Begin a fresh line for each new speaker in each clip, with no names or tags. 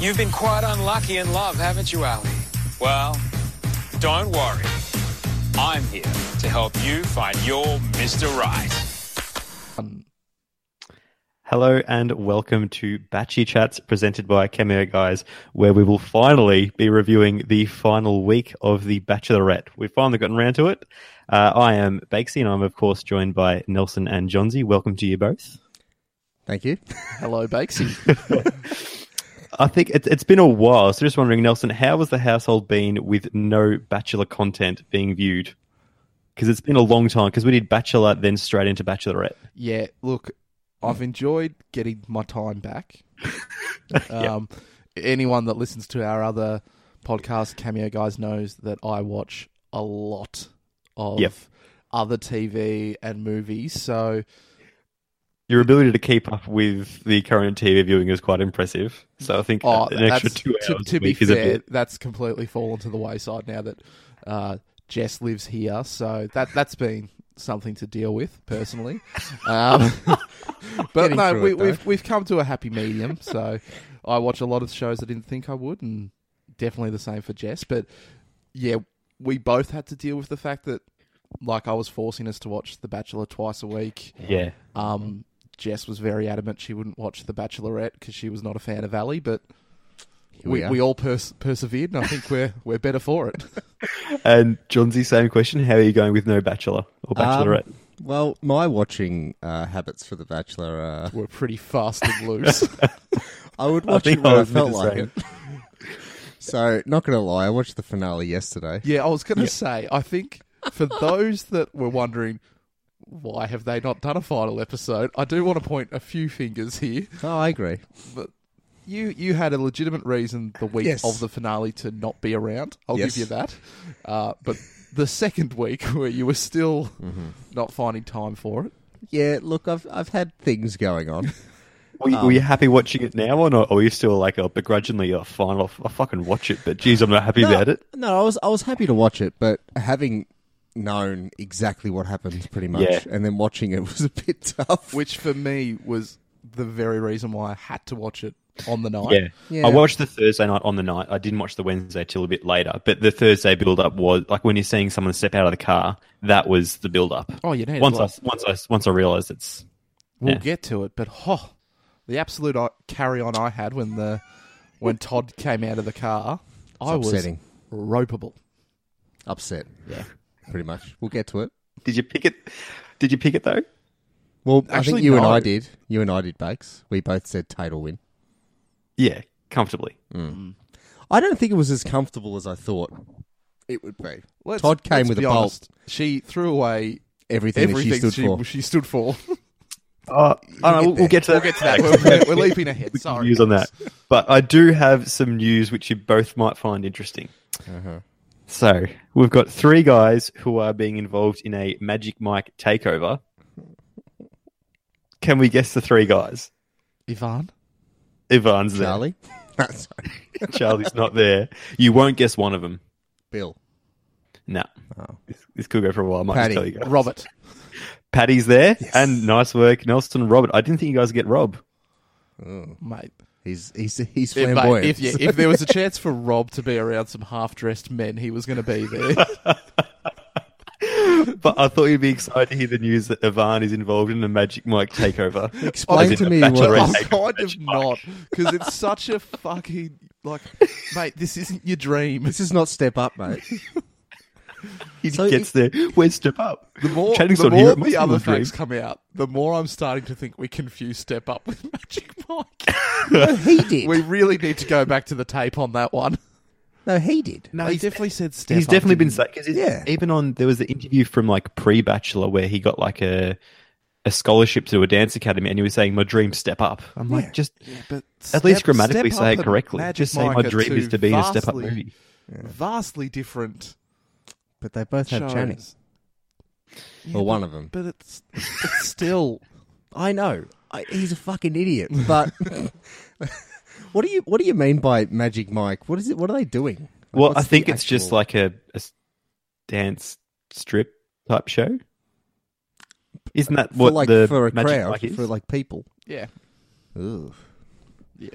You've been quite unlucky in love, haven't you, Ali? Well, don't worry. I'm here to help you find your Mr. Right.
Hello and welcome to Batchy Chats presented by Cameo Guys, where we will finally be reviewing the final week of The Bachelorette. We've finally gotten round to it. Uh, I am Bakesy and I'm, of course, joined by Nelson and Johnsy. Welcome to you both.
Thank you.
Hello, Bakesy.
I think it, it's been a while, so just wondering, Nelson, how has the household been with no Bachelor content being viewed? Because it's been a long time, because we did Bachelor, then straight into Bachelorette.
yeah, look, I've enjoyed getting my time back. Um, Anyone that listens to our other podcast, Cameo Guys, knows that I watch a lot of
Yep.
other TV and movies. So,
Your ability to keep up with the current TV viewing is quite impressive. So I think
oh,
an extra
that's-
two
to,
hours
to
a
be
week is a
fair,
bit.
that's completely fallen to the wayside now that uh, Jess lives here. So that that's been something to deal with personally. Um, but
Getting
no,
through
we,
it, though.
we've we've come to a happy medium. So I watch a lot of shows I didn't think I would, and definitely the same for Jess. But yeah, we both had to deal with the fact that like I was forcing us to watch The Bachelor twice a week.
Yeah.
Um, Jess was very adamant she wouldn't watch The Bachelorette because she was not a fan of Ali, but
we
we,
are.
we all pers- persevered, and I think we're we're better for it.
And Johnsy, same question. How are you going with no Bachelor or
Um,
Bachelorette?
well, my watching uh, habits for The Bachelor, uh,
We're pretty fast and loose.
I would watch
think
it when
I
I,
was a bit
felt
the
like
same.
it. so, not going to lie, I watched the finale yesterday.
yeah, I was going to say, I think for those that were wondering why have they not done a final episode, I do want to point a few fingers here.
Oh, I agree.
You you had a legitimate reason the week
Yes.
of the finale to not be around. I'll
Yes.
give you that. Uh, but the second week where you were still not finding time for it.
Yeah, look, I've I've had things going on.
Were, you- were you happy watching it now or not? Or were you still like, oh, begrudgingly, oh, fine, I'll, I'll fucking watch it, but geez, I'm not happy
no,
about it?
No, I was I was happy to watch it, but having known exactly what happened pretty much
Yeah.
and then watching it was a bit tough.
which for me was the very reason why I had to watch it on the night.
Yeah.
Yeah.
I watched the Thursday night on the night. I didn't watch the Wednesday till a bit later, but the Thursday build up was like when you're seeing someone step out of the car, that was the build up.
Oh, you know,
once
like,
I once I once I realized it's
we'll
yeah.
get to it, but oh, the absolute carry on I had when the when Todd came out of the car, I
upsetting.
was ropeable.
Upset,
Yeah.
pretty much. We'll get to it.
did you pick it? Did you pick it though?
Well, I
Actually,
think you and
no.
I did. You and I did bakes. We both said Tate will win.
Yeah, comfortably.
I don't think it was as comfortable as I thought it would be.
Let's-
Todd came
let's
with a
be
bolt.
honest, She threw away
Everything, that
everything
she stood for.
she stood for.
Uh, I don't know, we'll, we'll get to that.
We'll get to that. We're, we're, we're leaping ahead. Sorry.
news on that. But I do have some news which you both might find interesting.
Uh-huh.
So we've got three guys who are being involved in a Magic Mike takeover. Can we guess the three guys?
Ivan.
Ivan's
Charlie? Sorry.
there. Charlie's not there. You won't guess one of them.
Bill.
No. This, this could go for a while. I might
Paddy.
just tell you guys.
Oh. Robert.
Paddy's there. And nice work, Nelson Robert. I didn't think you guys would get Rob.
Mate.
He's he's he's
If,
flamboyant.
if, yeah, if there was a chance for Rob to be around some half dressed men, he was going to be there.
But I thought you'd be excited to hear the news that Ivan is involved in a Magic Mike takeover. As
Explain
in
to
a
me what-
bachelorette
I'm
Right,
takeover.
kind of not because it's such a fucking like, mate. This isn't your dream.
This is not step up, mate.
He
So
gets there. Where's Step Up?
The more,
Channing's
the,
on here,
more
it must be
the other
my dream.
facts come out, the more I'm starting to think we confuse Step Up with Magic Mike.
he did.
we really need to go back to the tape on that one.
no, he did.
No,
he's-
definitely said Step
He's
Up,
definitely been
didn't
sacked because
Yeah.
even on there was the interview from like pre Bachelor where he got like a a scholarship to a dance academy and he was saying my dream step up. I'm like just
he? Yeah, but
at least
Step-
grammatically
Step
say
Up
it
and
correctly.
Magic
Just say my
Mike are
dream is
two
to be in a step up
vastly-
movie.
Vastly different
But they both have
shows.
Channing.
Yeah,
Well, one
but-
of them.
but it's it's still
I know. I, he's a fucking idiot. But what do you what do you mean by Magic Mike? What is it? What are they doing? Like,
Well, I
what's
think
the
it's just
actual-
like a, a s- dance strip type show. Isn't that
for
what
like
the
for a
Magic
crowd
Mike is?
for like people.
yeah
Ugh.
yeah.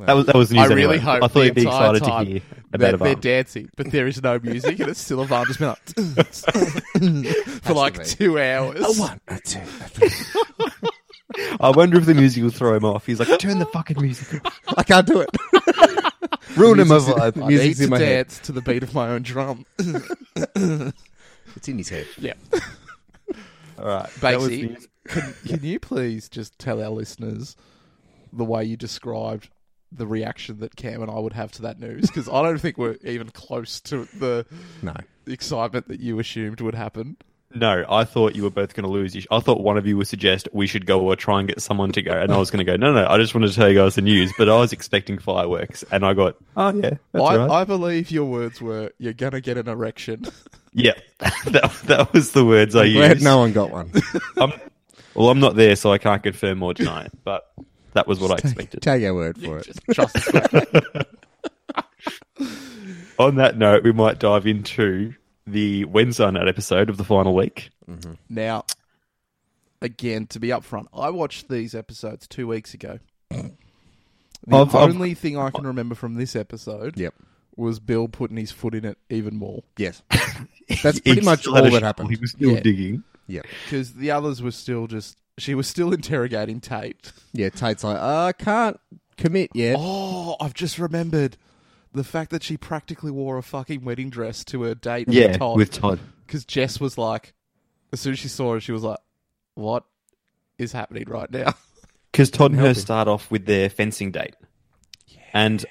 That was that was news
I really
anyway.
hope
I thought
the
you'd be
entire
excited
time
to hear
they're,
about
they're
it.
dancing, but there is no music, and it's still a bar just been like for like
Has to
two hours.
A one, a two, a three.
I wonder if the music will throw him off. He's like, turn the fucking music off.
I can't do it. Ruining my vibe.
I
Music's
need
in
to
my head.
dance to the beat of my own drum.
It's in his head.
yeah,
All right, that was
Bakesy,
news.
can, can you please just tell our listeners the way you described the reaction that Cam and I would have to that news? Because I don't think we're even close to the
No.
excitement that you assumed would happen.
No, I thought you were both going to lose. You sh- I thought one of you would suggest we should go or try and get someone to go, and I was going to go. No, no, I just wanted to tell you guys the news, but I was expecting fireworks, and I got. Oh yeah, that's
I,
right.
I believe your words were, "You're gonna get an erection."
Yeah, that, that was the words I
Glad
used.
no one got one.
I'm, well, I'm not there, so I can't confirm or deny it, but that was what I expected.
Take our word for it.
Trust
On that note, we might dive into the Wednesday night episode of the final week.
Now, again, to be upfront, I watched these episodes two weeks ago. The
I've- I've-
only thing I can remember from this episode
Yep.
was Bill putting his foot in it even more
Yes. That's
He
pretty much
still had
all
a
that
shovel. He
happened.
was still
Yeah.
digging.
Yeah.
because the others were still just. She was still interrogating Tate.
Yeah. Tate's like, I can't commit yet.
Oh, I've just remembered the fact that she practically wore a fucking wedding dress to her date.
Yeah,
with Todd.
with Todd.
because Jess was like, as soon as she saw her, she was like, "What is happening right now?"
Because Todd and her start off with their fencing date. And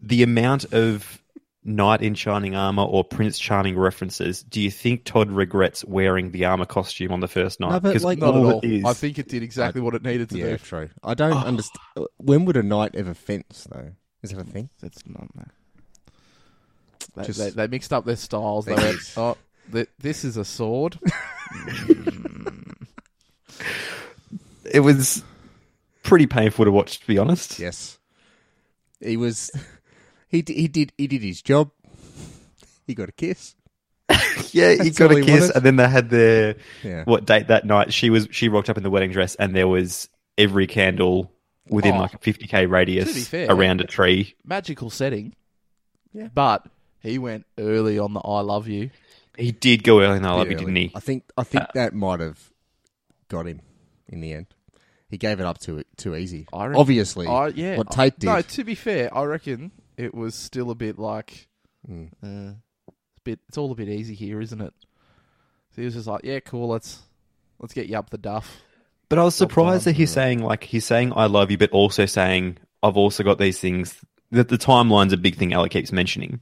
the amount of knight in shining armor or prince charming references, do you think Todd regrets wearing the armor costume on the first night?
Uh, but,
'Cause
like,
Not
all
at all.
it is-
I think it did exactly what it needed to
Yeah,
do.
true. I don't
Oh.
understand. When would a knight ever fence, though? Is that a thing?
That's not They,
Just-
they, they mixed up their styles. They
They
went,
did.
"Oh, th- this is a sword."
it was pretty painful to watch, to be honest.
Yes. He was. He d- he did he did his job. He got a kiss.
Yeah, he
That's
got
all
a
he
kiss,
wanted.
and then they had their
Yeah.
what date that night. She was she rocked up in the wedding dress, and there was every candle within
Oh.
like a fifty k
To be
radius
fair.
around a tree.
Magical setting.
Yeah.
But he went early on the "I love you."
He did go early in the lobby,
Early.
didn't he? Uh.
I think I think that might have got him in the end. He gave it up too too easy.
I reckon-
Obviously,
I, yeah.
what
I-
Tate did.
No, to be fair, I reckon it was still a bit like,
Mm.
uh, it's a bit. It's all a bit easy here, isn't it? So he was just like, "Yeah, cool. Let's let's get you up the duff."
But I was surprised that he's saying like he's saying I love you, but also saying I've also got these things. That the timeline's a big thing. Ella keeps mentioning,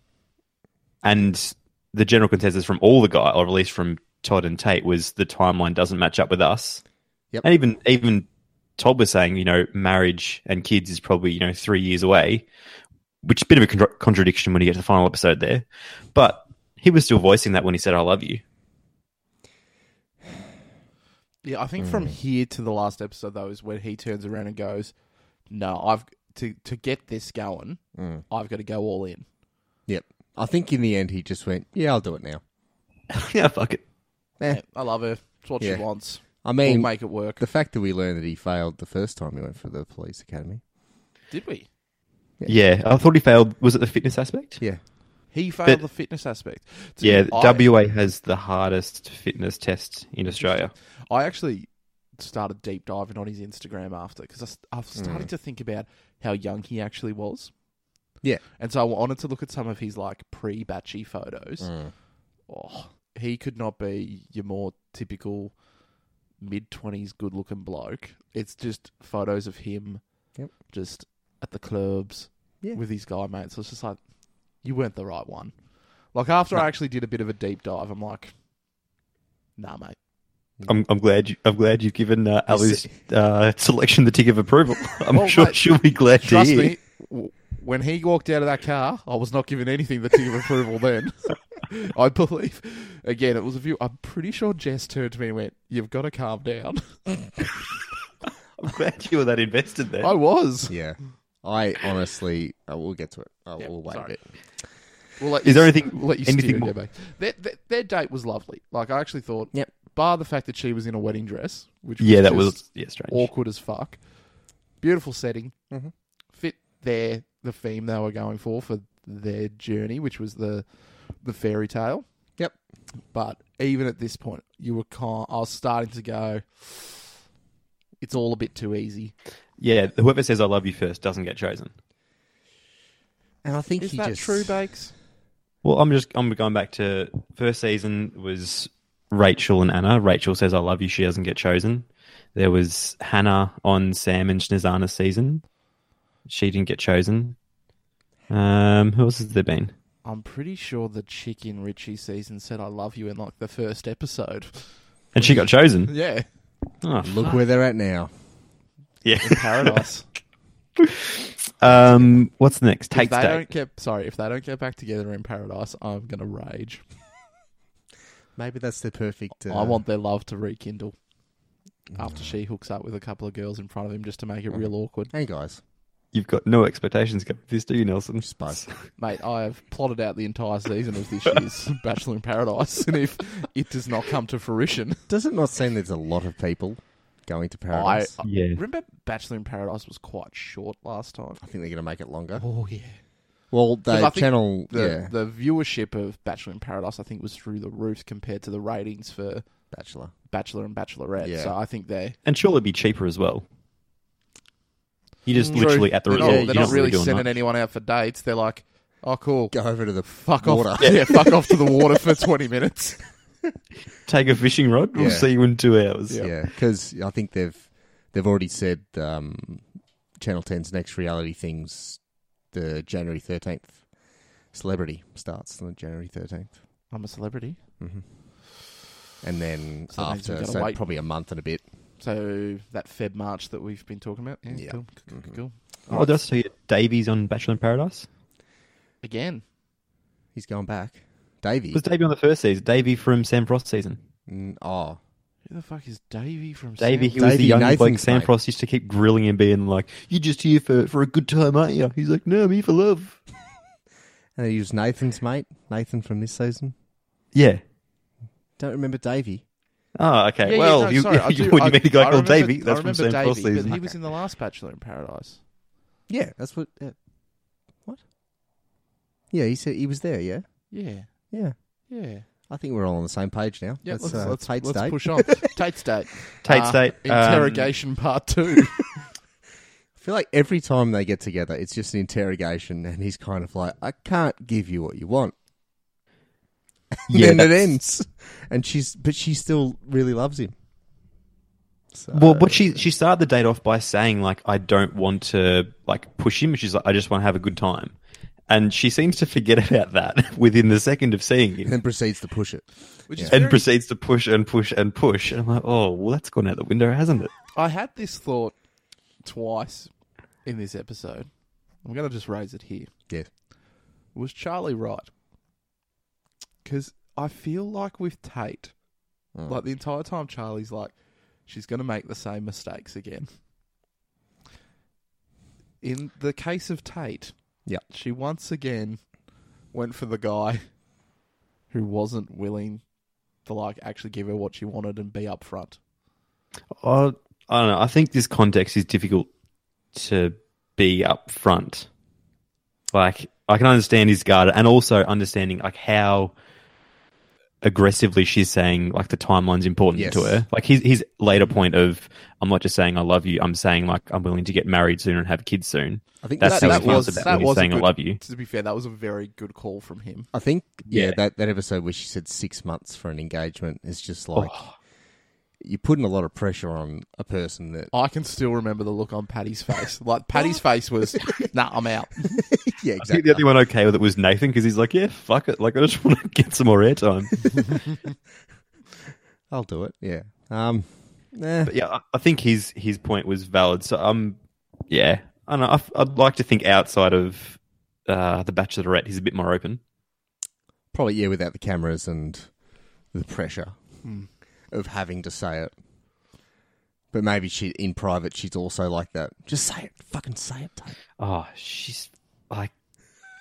and the general consensus from all the guy, or at least from Todd and Tate, was the timeline doesn't match up with us.
Yep.
And even even Todd was saying, you know, marriage and kids is probably you know three years away, which is a bit of a contra- contradiction when you get to the final episode there. But he was still voicing that when he said I love you.
Yeah, I think from
Mm.
here to the last episode though is when he turns around and goes, "No, I've to to get this going,
Mm.
I've got to go all in."
Yep. I think in the end he just went, "Yeah, I'll do it now."
yeah, fuck it.
Eh.
I love her. It's what
Yeah.
she wants.
I
We'll
mean,
make it work.
the fact that we learned that he failed the first time he went for the police academy.
Did we?
Yeah, I thought he failed. Was it the fitness aspect?
Yeah.
He failed
But-
the fitness aspect. To
Yeah,
me, I-
WA has the hardest fitness test in Australia.
I actually started deep diving on his Instagram after because I, s- I was starting
Mm.
to think about how young he actually was.
Yeah.
And so I wanted to look at some of his like pre batchy
Mm.
photos. Oh, he could not be your more typical mid 20s good looking bloke. It's just photos of him
Yep.
just at the clubs
Yeah.
with his guy mates. So it's just like, you weren't the right one. Like, after I actually did a bit of a deep dive, I'm like, nah, mate.
I'm, I'm glad you, I'm glad you've given uh, Ali's uh, selection the tick of approval. I'm
Well,
sure
mate,
she'll be glad to
Trust
hear.
me, w- when he walked out of that car, I was not given anything the tick of approval then. I believe. Again, it was a view. I'm pretty sure Jess turned to me and went, You've got to calm down.
I'm glad you were that invested there.
I was.
Yeah. I honestly, oh, we'll get to it. Oh,
Yeah,
we'll wait
sorry.
a bit.
We'll let
Is
you-
there anything-
we'll let you
anything
steer
more-
it there, mate. Their, their, their date was lovely. Like, I actually thought,
Yep.
bar the fact that she was in a wedding dress, which
yeah, that
just
was yeah strange.
awkward as fuck. Beautiful setting.
Mhm.
Fit their the theme they were going for for their journey, which was the the fairy tale.
Yep.
But even at this point, you were kind. I was starting to go. It's all a bit too easy.
Yeah, whoever says I love you first doesn't get chosen.
And I think
Is
he
that
just
true, Bakes?
Well, I'm just I'm going back to first season was Rachel and Anna. Rachel says I love you. She doesn't get chosen. There was Hannah on Sam and Snezana's season. She didn't get chosen. Um, who else has there been?
I'm pretty sure the chick in Richie season said "I love you" in like the first episode.
And she got chosen.
yeah,
Oh,
Look where they're at now.
yeah.
paradise.
Um, what's next?
if
Take
they
state.
don't get sorry, if they don't get back together in paradise, I'm gonna rage.
Maybe that's the perfect. Uh,
I want their love to rekindle after she hooks up with a couple of girls in front of him just to make it real awkward.
Hey guys,
You've got no expectations going for this, do you, Nelson?
just buzz.
Mate, I have plotted out the entire season of this year's Bachelor in Paradise, and if it does not come to fruition,
Does it not seem there's a lot of people going to
I,
paradise? I,
I
Yeah.
remember Bachelor in Paradise was quite short last time.
think they're going to make it longer.
Oh yeah,
Well,
I
the
think
channel,
the
yeah,
the viewership of Bachelor in Paradise I think was through the roof compared to the ratings for
Bachelor.
Bachelor and Bachelorette.
Yeah.
So I think they
And surely it'd be cheaper as well. You just
True.
literally at the
they're
yeah,
not,
you're
they're not really
doing
sending
much.
anyone out for dates. They're like, oh cool,
Go over to the
fuck
water.
off, yeah. fuck off to the water for twenty minutes.
Take a fishing rod. We'll
Yeah.
see you in two hours.
Yeah, because I think they've they've already said um, Channel 10's next reality things the January thirteenth. Celebrity starts on January thirteenth, Mm-hmm.
I'm a celebrity,
and then
So that means we've
after
gotta
so
wait.
probably a month and a bit.
so that Feb March that we've been talking about, yeah,
Yeah.
cool, cool,
Mm-hmm.
cool, cool.
Oh, did I see Davies on Bachelor in Paradise?
Again,
He's going back. Davey,
Was Davey on the first season? Davey from Sam Frost season.
Mm, oh,
who the fuck is Davey from?
Davey, he
Sam-
was
Davey
the young
Nathan's
bloke Sam
mate.
Frost used to keep grilling him, being like, "You're just here for, for a good time, aren't you?" He's like, "No, I'm here for love."
and he was Nathan's mate, Nathan from this season.
Yeah.
Don't remember Davey.
Oh, okay.
Yeah, yeah,
well,
no,
you,
sorry, I
you,
do-
when
I-
you meet a guy
I
called
remember-
Davey,
I
that's from
remember
Sam Frost
Davey,
season.
But he was in the last Bachelor in Paradise.
Yeah, that's what. Uh, what? Yeah, he said he was there. Yeah,
Yeah,
yeah.
yeah.
I think we're all on the same page now.
Yeah, let's,
uh,
let's,
Tate's
let's
date.
push on. Tate's date.
Tate
Uh,
State um,
Interrogation part two.
I feel like every time they get together, it's just an interrogation, and he's kind of like, "I can't give you what you want." And
yeah,
then it
that's-
ends, and she's but she still really loves him. So,
Well, but she she started the date off by saying like, "I don't want to like push him." She's like, "I just want to have a good time," and she seems to forget about that within the second of seeing him.
and then proceeds to push it.
Which is
and
very-
proceeds to push and push and push. And I'm like, oh, well, that's gone out the window, hasn't it?
I had this thought twice in this episode. I'm going to just raise it here.
Yeah,
Was Charlie right? Because I feel like with Tate, like the entire time Charlie's like, she's going to make the same mistakes again. In the case of Tate,
Yeah.
she once again went for the guy who wasn't willing to like actually give her what she wanted and be upfront.
Oh, I don't know. I think this context is difficult to be up front. Like, I can understand his guard and also understanding, like, how aggressively she's saying, like, the timeline's important
Yes.
to her. Like, his, his later point of, I'm not just saying I love you, I'm saying, like, I'm willing to get married soon and have kids soon.
I think
That's
that,
how
that
he
was.
feels about when he's
a
saying, I
good-
love you.
To be fair, that was a very good call from him.
I think yeah,
Yeah.
that that episode where she said six months for an engagement is just like
Oh.
you're putting a lot of pressure on a person that
I can still remember the look on Patty's face. Like Patty's face was, "Nah, I'm out."
yeah
I think the only one okay with it was Nathan because he's like, yeah, fuck it. Like, I just want to get some more airtime.
I'll do it yeah um nah.
But yeah, I- I think his his point was valid. So um, yeah, I don't know. I f- I'd like to think outside of uh, the Bachelorette, he's a bit more open.
Probably yeah, without the cameras and the pressure of having to say it. But maybe she in private she's also like that. Just say it. Fucking say it, Tate.
Oh, she's like,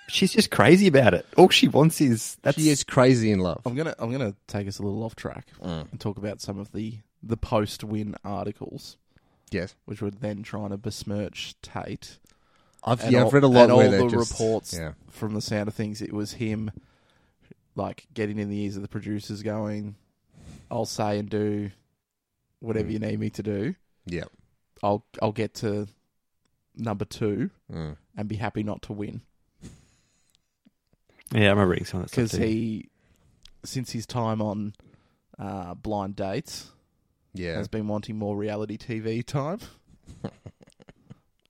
she's just crazy about it. All she wants is that's
She is crazy in love.
I'm gonna, I'm gonna take us a little off track and talk about some of the the post win articles,
Yes.
which were then trying to besmirch Tate
I've,
and
yeah,
all,
I've read a lot
and
where
all the
they're just-
reports
Yeah.
from the sound of things. It was him, like getting in the ears of the producers, going, "I'll say and do whatever
Mm.
you need me to do.
Yeah.
I'll I'll get to number two
Mm.
and be happy not to win."
Yeah, I remember reading some of that
Because
stuff. too.
he, since his time on uh, Blind Dates,
Yeah.
has been wanting more reality TV time.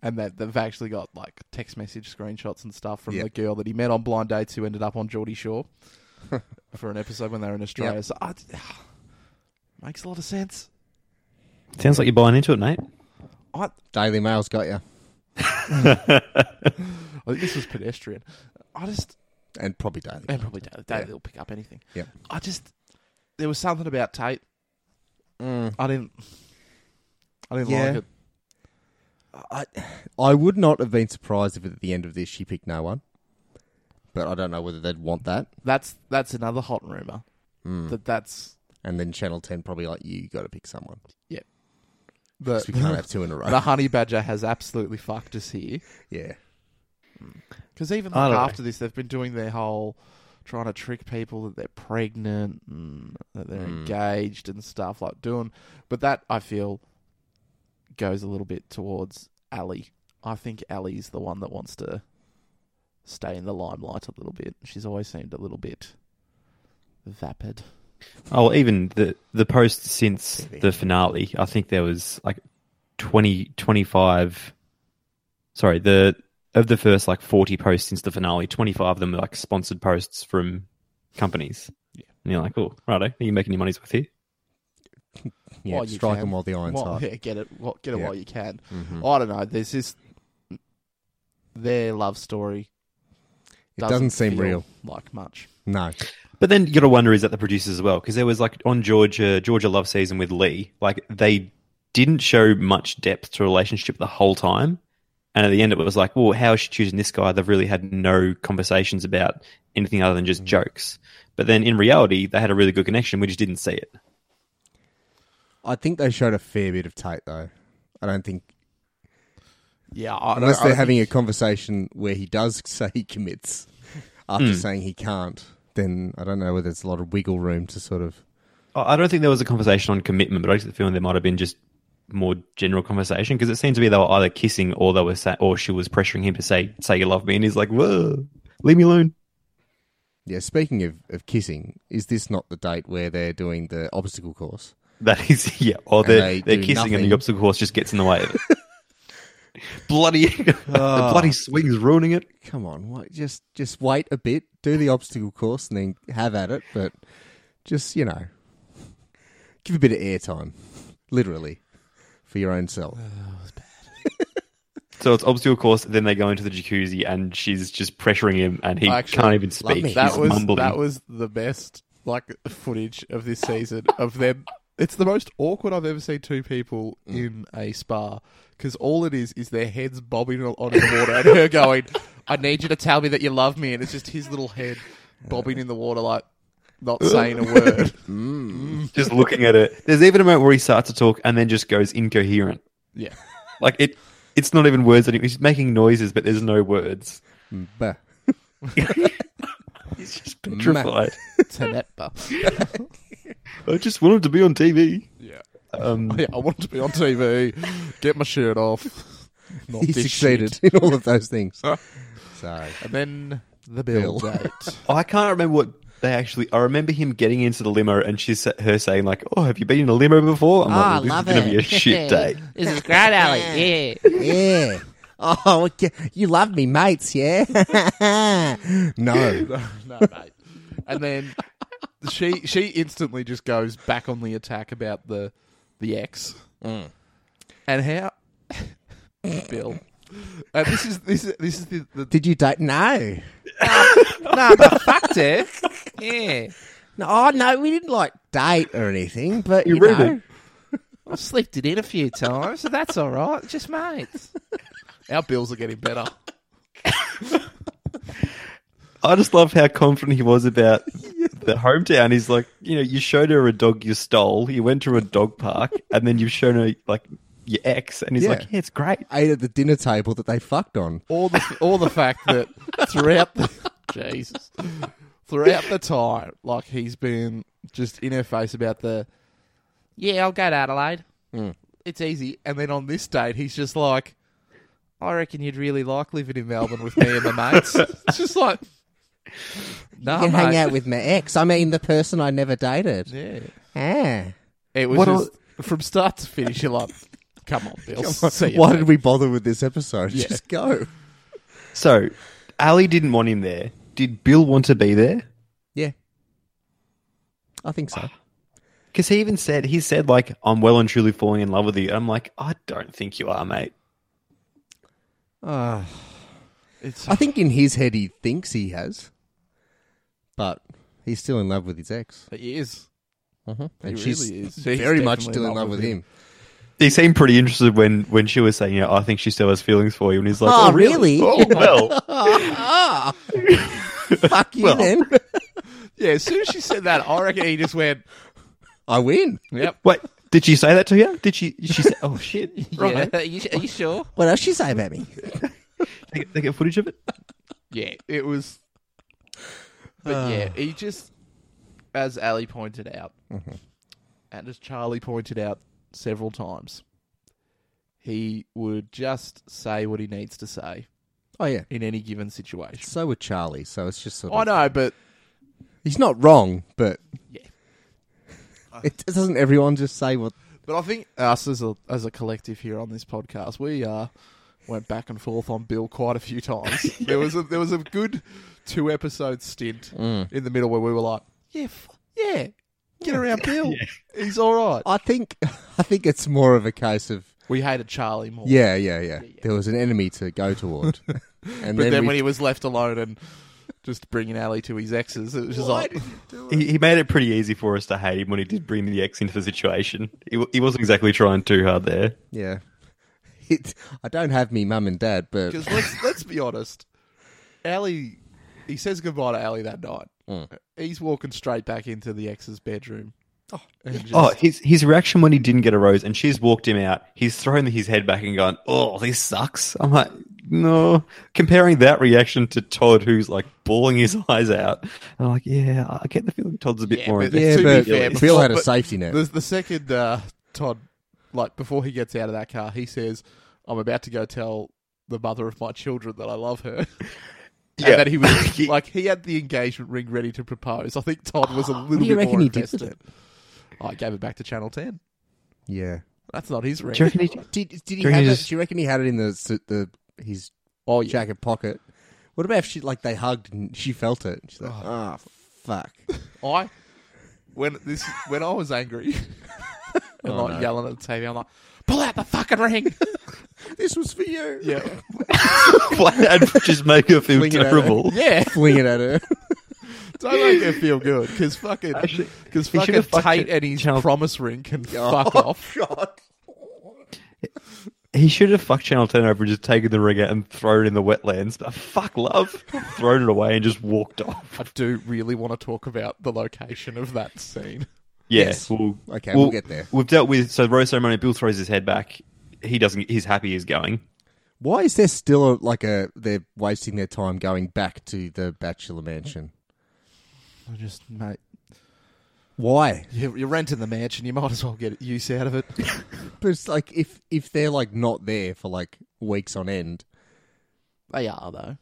and that they've actually got like text message screenshots and stuff from
Yeah.
the girl that he met on blind dates who ended up on Geordie Shore for an episode when they were in Australia. So I, makes a lot of sense.
Sounds like you're buying into it, mate.
I,
Daily Mail's got you.
I think this was pedestrian. I just
And probably Daily.
and probably Daily, Daily
Yeah.
will pick up anything.
Yeah.
I just there was something about Tate.
Mm.
I didn't. I didn't
Yeah.
like it.
I, I would not have been surprised if at the end of this she picked no one. But I don't know whether they'd want that. Mm.
That's that's another hot rumor
Hmm.
that that's
And then Channel 10 probably like, you got to pick someone.
the
'Cause we can't have two in a row.
the honey badger has absolutely fucked us here.
Yeah.
Because even
I
like,
don't know.
after this, they've been doing their whole trying to trick people that they're pregnant and that they're
Mm.
engaged and stuff like doing. But that I feel goes a little bit towards Ali. I think Ali's the one that wants to stay in the limelight a little bit. She's always seemed a little bit vapid.
Oh, well, even the the post since the finale, I think there was like 20, 25, sorry, the of the first like 40 posts since the finale, 25 of them were like sponsored posts from companies.
Yeah.
And you're like, oh, righto, are you making your money's worth here?
Yeah.
While you
strike
can.
them while the iron's
Well,
hot.
yeah, get it, well, get it
Yeah.
while you can.
Mhm.
I don't know. There's this their love story.
It doesn't seem
feel
real.
like much.
No.
But then you got to wonder is that the producers as well? Because there was like on Georgia Georgia Love season with Lee, like they didn't show much depth to relationship the whole time, and at the end it was like, well, how is she choosing this guy? They've really had no conversations about anything other than just jokes. But then in reality, they had a really good connection. We just didn't see it.
I think they showed a fair bit of Tate, though. I don't think.
Yeah, I,
Unless
I-
they're
I-
having a conversation where he does say he commits after saying he can't, then I don't know whether there's a lot of wiggle room to sort of.
I I don't think there was a conversation on commitment, but I just feel there might have been just more general conversation because it seemed to be they were either kissing or they were sa- or she was pressuring him to say say you love me, and he's like, whoa, leave me alone.
Yeah, speaking of, of kissing, is this not the date where they're doing the obstacle course?
That is, yeah. Or
And
they're,
they
they're
do
kissing and
nothing.
the obstacle course just gets in the way of it. bloody, the bloody swing's ruining it.
Come on, what, just just wait a bit, do the obstacle course, and then have at it. But just you know, give a bit of airtime, literally, for your own self.
Uh,
So it's obstacle course, then they go into the jacuzzi and she's just pressuring him and he
I actually
can't even
love
speak.
me.
that
He's
was
mumbling.
that was the best like footage of this season of them. It's the most awkward I've ever seen two people
Mm.
in a spa because all it is is their heads bobbing on on the water and her going, "I need you to tell me that you love me," and it's just his little head bobbing in the water like not saying a word.
Just looking at it. There's even a moment where he starts to talk and then just goes incoherent.
yeah,
Like it, it's not even words anymore. He's making noises, but there's no words.
Bah.
He's just petrified.
Tenetba.
I just want him to be on TV.
Yeah.
Um,
yeah, I want to be on TV. Get my shirt off. Not
he
this
succeeded
shit.
in all of those things. so
And then the bill
Bill.
date.
I can't remember what they actually. I remember him getting into the limo and she's her saying like, "Oh, have you been in a limo before?"
Oh,
I'm
Ah,
like, "This is gonna be a shit day."
This is great, Ali. Yeah.
yeah. Oh, okay. you love me, mates, yeah? no.
no, mate. And then she she instantly just goes back on the attack about the the ex.
Mm.
And how Bill. And this is this is this is the, the
Did you date? No.
nah, but fucked it.
Yeah.
No, oh, no, we didn't like date or anything, but you,
ruined
know.
it.
I've slipped it in a few times, so that's all right. Just mates.
Our bills are getting better.
I just love how confident he was about the hometown. He's like, you know, you showed her a dog you stole. You went to a dog park, and then you've shown her like your ex, and he's
Yeah.
like, yeah, it's great.
Ate at the dinner table that they fucked on.
All the all the fact that throughout the Jesus, throughout the time, like he's been just in her face about the
Yeah, I'll go to Adelaide.
it's easy, and then on this date he's just like, I reckon you'd really like living in Melbourne with me and my mates. It's just like, no,
Can
Oh, mate.
hang out with my ex. I mean, the person I never dated.
yeah.
Ah.
It was
What
just, from start to finish. You're like, come on, Bill. See you,
Why
mate."
did we bother with this episode? Just go.
So, Ali didn't want him there. Did Bill want to be there?
Yeah. I think
Ah.
so.
Because he even said he said like, "I'm well and truly falling in love with you." I'm like, I don't think you are, mate.
It's
I think in his head he thinks he has, but he's still in love with his ex,
it is.
and
He
she's
really is. She's
very much
definitely
still in love with him.
He seemed pretty interested when when she was saying, "You know, I think she still has feelings for you," and he's like,
Oh,
"Oh, really?
really?"
Oh, well."
Fuck you, then.
Yeah, as soon as she said that, I reckon he just went,
I win.
yep.
Wait, did she say that to you? Did she? She said, "Oh shit!" Right?
Yeah, are you, are you sure?
What else she say about me?
They, get- they get footage of it.
Yeah, it was. But yeah, he just, as Ali pointed out, and as Charlie pointed out several times, he would just say what he needs to say
Oh yeah.
in any given situation.
So would Charlie. So it's just sort
I
of.
know, but
He's not wrong, but
Yeah.
it doesn't. Everyone just say what?
but I think us as a as a collective here on this podcast, we uh went back and forth on Bill quite a few times. There was a, there was a good two episode stint in the middle where we were like, yeah, f- yeah, get around Bill, he's all right.
I think. I think it's more of a case of
We hated Charlie more.
yeah, yeah, yeah. There was an enemy to go toward, and
But then,
we-
when he was left alone and just bringing Ali to his exes, it was just like,
He, he made it pretty easy for us to hate him when he did bring the ex into the situation. He, w- he wasn't exactly trying too hard there.
yeah. It, I don't have me mum and dad, but
because let's let's be honest, Ali, he says goodbye to Ali that night. He's walking straight back into the ex's bedroom. Oh,
Oh, his his reaction when he didn't get a rose and she's walked him out, he's thrown his head back and gone, "Oh, this sucks." I'm like, no. Comparing that reaction to Todd, who's like bawling his eyes out, I'm like, yeah, I get the feeling Todd's a bit more.
but-
invested.
yeah,
to be
but
fair,
Bill had a
but-
safety net.
the, the second uh, Todd, like before he gets out of that car, he says, "I'm about to go tell the mother of my children that I love her."
Yeah.
And that he was like he had the engagement ring ready to propose. I think Todd was a little
do you
bit
reckon
more
he did with
invested. I gave it back to Channel Ten.
Yeah.
That's not his ring.
Do you reckon he-
Did,
Do
did he
you reckon
have
he
it?
just-
Do you reckon he had it in the s- the his
oh yeah,
jacket pocket? What about if she like they hugged and she felt it? She's like, oh, fuck.
I when this when I was angry and
Oh,
like yelling at the TV, I'm like, pull out the fucking ring.
this was for you.
yeah,
and just make her feel
Fling it at her.
terrible.
yeah.
Fling it at her.
Don't make her feel good because fucking
Actually,
because
he
fucking
should've fucked
Tate
it.
and his
Channel-
promise ring can fuck off.
He should have fucked Channel Ten over and just taken the ring out and thrown it in the wetlands. But fuck love, thrown it away and just walked off.
I do really want to talk about the location of that scene.
Yeah,
Yes.
we'll,
Okay, we'll get there.
We've dealt with so the rose ceremony. Bill throws his head back. He doesn't. He's happy. He's going.
Why is there still a, like a they're wasting their time going back to the bachelor mansion?
I just mate,
Why?
you're, you're renting the mansion. You might as well get use out of it.
But it's like if if they're like not there for like weeks on end,
they are though.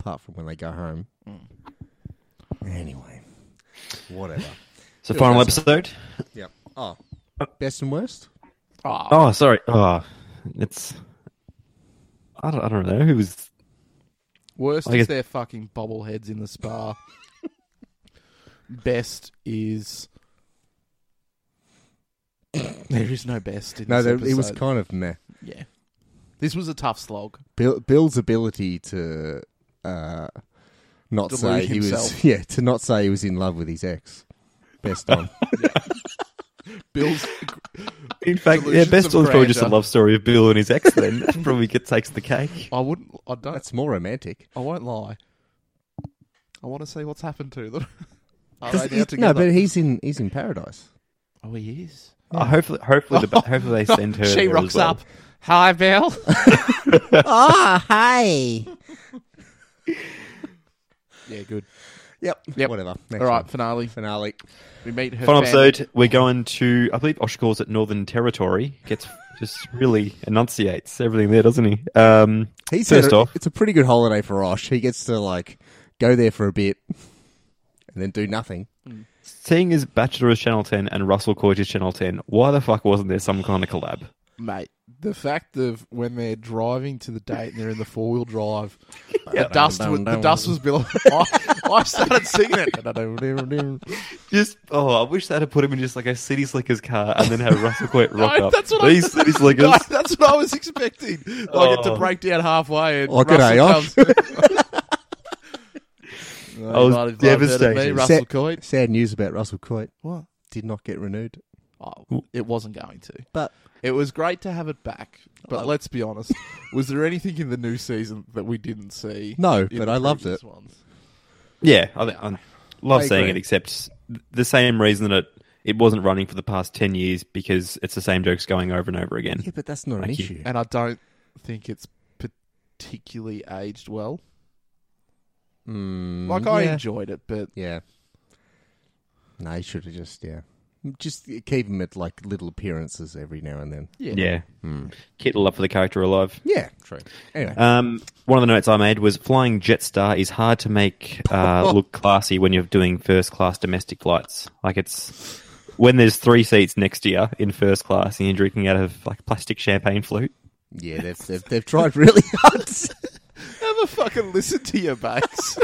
apart from when they go home. Anyway, whatever.
So final
that's
episode.
yep. Oh, best and worst.
Oh,
Oh, sorry. Oh, it's. I don't, I don't know who was.
worst
I guess-
is their fucking bobbleheads in the spa. best is there is no best. In
No,
this
there, it was
episode.
kind of meh.
yeah. This was a tough slog.
Bill, Bill's ability to uh, not
Delude
say he
himself.
was yeah to not say he was in love with his ex. Best on.
Bill's
In fact, yeah,
Delusions
best
of
one's probably just a
grandeur.
love story of Bill and his ex. Then That probably gets takes the cake.
I wouldn't. I don't.
That's more romantic.
I won't lie. I want to see what's happened to them. Are
Does
they
he-
now
no,
together?
but he's in he's in paradise.
oh, he is.
Uh, hopefully, hopefully, the, ba- hopefully they send her.
she
there as
rocks
well.
up. Hi, Bill.
oh, hey.
Yeah, good.
Yep.
Yep.
Whatever. Next
All right,
one.
finale.
Finale.
We meet her.
Final
family.
episode, we're going to, I believe Osh calls it Northern Territory. Gets just really enunciates everything there, doesn't he? Um,
He said
first
it-
off,
it's a pretty good holiday for Osh. He gets to like go there for a bit and then do nothing.
seeing as Bachelor is Channel 10 and Russell Coit is Channel 10, why the fuck wasn't there some kind of collab?
mate. The fact of when they're driving to the date and they're in the four wheel drive, the
Dun,
dust
dun,
was, the
dun.
dust was billowing. I, I started singing it.
Just oh, I wish they'd have put him in just like a City Slickers car and then have Russell Coit rock
No,
up.
that's what I-
These City Slickers.
No, that's what I was expecting. Like it to
Oh.
break down halfway and
Oh, g'day, Osh.
Russell comes.
I was devastated.
Me, Russell
Set-
Coit.
Sad news about Russell Coit.
What?
Did not get renewed.
Oh, it wasn't going to.
But
It was great to have it back, but
Oh.
let's be honest. was there anything in the new season that we didn't see?
No,
in
but
the
I loved
previous
it.
ones?
Yeah, I, think, I love
I
seeing it,
agree.
except the same reason that it, it wasn't running for the past 10 years because it's the same jokes going over and over again.
yeah, but that's not an
Thank you.
issue.
And I don't think it's particularly aged well.
Mm,
Like I
yeah.
enjoyed it, but
Yeah. No, he should have just yeah, just keep him at like little appearances every now and then.
yeah,
Yeah. Keep the love for the character alive.
Yeah, true. Anyway,
Uh,
Um, one of the notes I made was flying Jetstar is hard to make uh, look classy when you're doing first class domestic flights. Like it's when there's three seats next to you in first class and you're drinking out of like plastic champagne flute.
yeah, they've, they've they've tried really hard.
have a fucking listen to your base.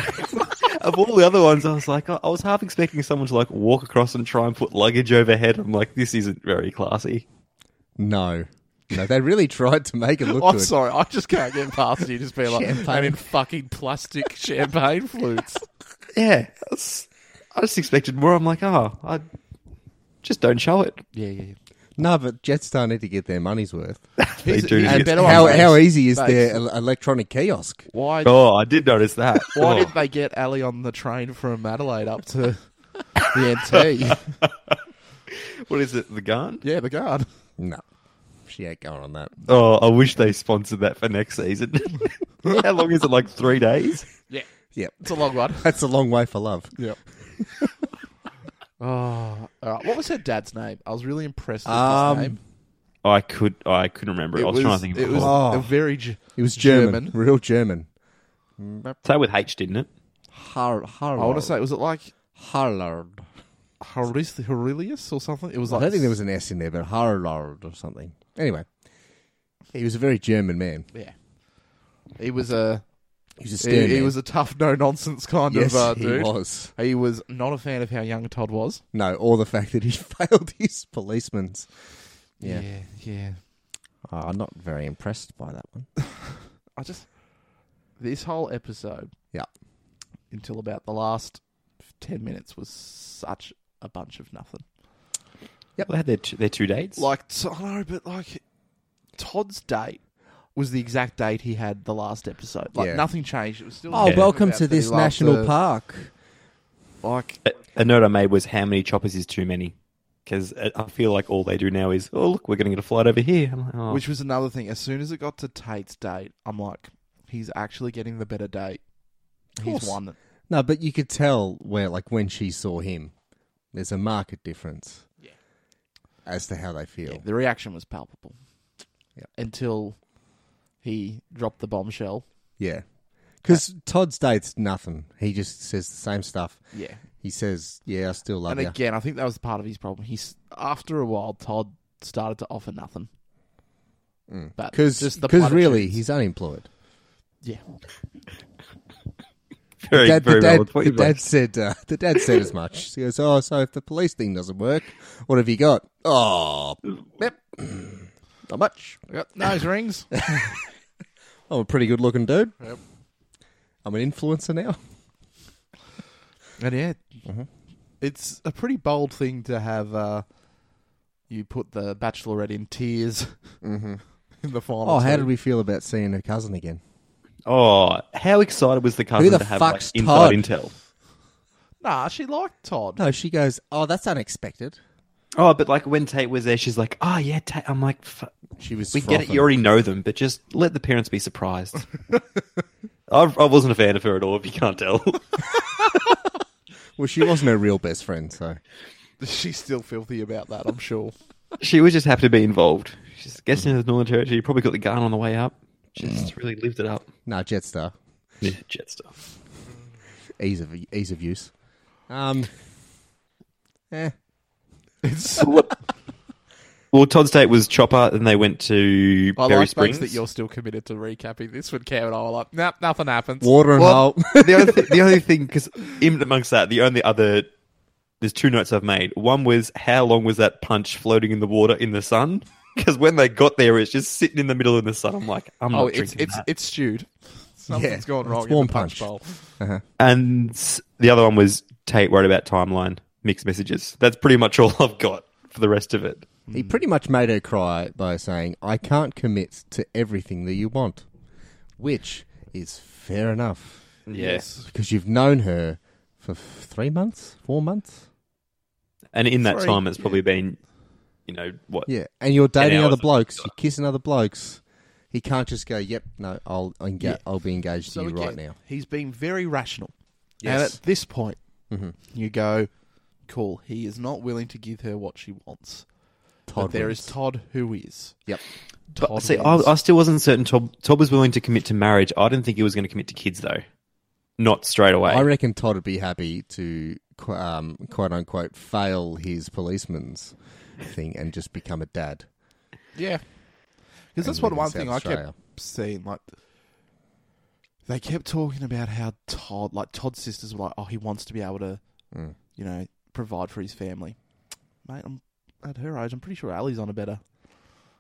Of all the other ones, I was like, I I was half expecting someone to like walk across and try and put luggage overhead. I'm like, this isn't very classy.
no, no, they really tried to make it look
I'm
good.
sorry, I just can't get past you. Just being like,
Champagne.
and in fucking plastic champagne flutes.
Yeah, that's- I just expected more. I'm like, oh, I just don't show it.
Yeah, yeah. yeah.
No, but Jetstar need to get their money's worth.
They do
and
need-
better
how,
one,
how
Bates.
easy is
Bates.
their el- electronic kiosk?
Why?
Oh, I did notice that.
Why
Oh.
did they get Ali on the train from Adelaide up to the NT?
What is it? The gun?
yeah, the guard.
No, she ain't going on that.
Oh, I wish they sponsored that for next season. How long is it? Like three days?
Yep,
It's a long one.
that's a long way for love.
Yep. oh, all right. What was her dad's name? I was really impressed with
Um,
his name.
I could, I couldn't remember. It I was, trying to think. Of
it
it
was
Oh.
a very G-
It was German,
German.
real German.
Start with H, didn't it?
Har, har,
I want to say was it like
Harlard.
Horis- Horelius or something? It was
I
like
don't think there was an S in there, but Harlard or something. Anyway, he was a very German man.
yeah. He was a
He was a stern
he, he
man.
was a tough no nonsense kind
yes,
of uh,
he
dude.
was.
He was not a fan of how young Todd was.
No, or the fact that he failed his policeman's. Yeah,
yeah. yeah.
Oh, I'm not very impressed by that one.
I just this whole episode,
Yeah.
until about the last ten minutes was such a bunch of nothing.
They had their two, their two dates.
Like t- I know, but like Todd's date was the exact date he had the last episode. Like
Yeah.
nothing changed. It was still.
Oh,
Yeah.
welcome
about
to
that he
this
loved
national
the-
park.
Like
a, a note I made was how many choppers is too many? Because I feel like all they do now is, oh look, we're going to get a flight over here. I'm like, oh.
which was another thing. As soon as it got to Tate's date, I'm like, he's actually getting the better date. He's
course.
won it.
No, but you could tell where, like, when she saw him, there's a market difference.
Yeah.
As to how they feel.
Yeah, the reaction was palpable.
Yeah.
Until he dropped the bombshell.
Yeah. Because
Uh,
Todd's date's nothing. He just says the same stuff.
Yeah.
He says, "Yeah, I still love
And
you."
again, I think that was part of his problem. He's after a while, Todd started to offer nothing. But
Because
just the
because really,
platitudes.
he's unemployed.
yeah,
very
Dad,
very
the dad,
valid point.
the
mate.
dad said uh, the dad said as much. He goes, "Oh, so if the police thing doesn't work, what have you got? Oh, yep, not much.
I got nose rings.
I'm a pretty good looking dude. I'm an influencer now.
And yeah, it's a pretty bold thing to have uh, you put the bachelorette in tears Mm-hmm. in the final.
Oh, how
two.
did we feel about seeing her cousin again?
oh, how excited was the cousin
the
to have like,
fuck's
inside
Todd?
intel?
Nah, she liked Todd.
No, she goes, "Oh, that's unexpected."
Oh, but like when Tate was there, she's like, "Oh yeah, Tate." I'm like, F-
She was.
"We get it.
frothing.
You already know them, but just let the parents be surprised." I, I wasn't a fan of her at all. If you can't tell,
Well, she wasn't her real best friend, so
She's still filthy about that, I'm sure.
she was just happy to be involved. She's guessing it was Northern Territory. She probably got the gun on the way up. She
Mm.
just really lived it up.
no Jetstar,
Yeah, jet stuff.
ease of ease of use. Um, eh,
It's
Well, Todd State was Chopper, and they went to
I
Berry
like
Springs.
thanks that you're still committed to recapping this with Cam and I were like, nope, nothing happens.
water and
Well,
hole.
the only th- the only thing because in amongst that, the only other there's two notes I've made. One was how long was that punch floating in the water in the sun? Because when they got there, it's just sitting in the middle of the sun. I'm like, I'm not
Oh, it's
drinking
it's
that.
it's stewed. Something's
Yeah,
gone
it's
wrong. in
warm
the punch
punch.
bowl.
And s- the other one was Tate worried about timeline mixed messages. That's pretty much all I've got for the rest of it.
He pretty much made her cry by saying, "I can't commit to everything that you want," which is fair enough
Yes.
because you've known her for f- three months, four months.
And in that
Three,
time, it's probably been, you know, what?
Yeah, and you're dating
hours
other
of-
blokes, you're kissing other blokes. He can't just go, "Yep, no, I'll enga-
Yeah.
I'll be engaged
So
to you
again,
right now."
he's being very rational. And
Yes. Mm-hmm.
at this point, you go, cool, he is not willing to give her what she wants. but there is
wins.
Todd who is.
Yep.
But
Todd
see, I,
wins.
I still wasn't certain Todd, Todd was willing to commit to marriage. I didn't think he was going to commit to kids, though. Not straight away.
I reckon Todd would be happy to qu- um, quote unquote fail his policeman's thing and just become a dad.
Yeah. Because that's
And
what
live in
one
South
thing I
Australia.
kept seeing, like they kept talking about how Todd like Todd's sisters were like, Oh, he wants to be able to
Mm.
you know, provide for his family. Mate, I'm at her age, I'm pretty sure Ali's on a better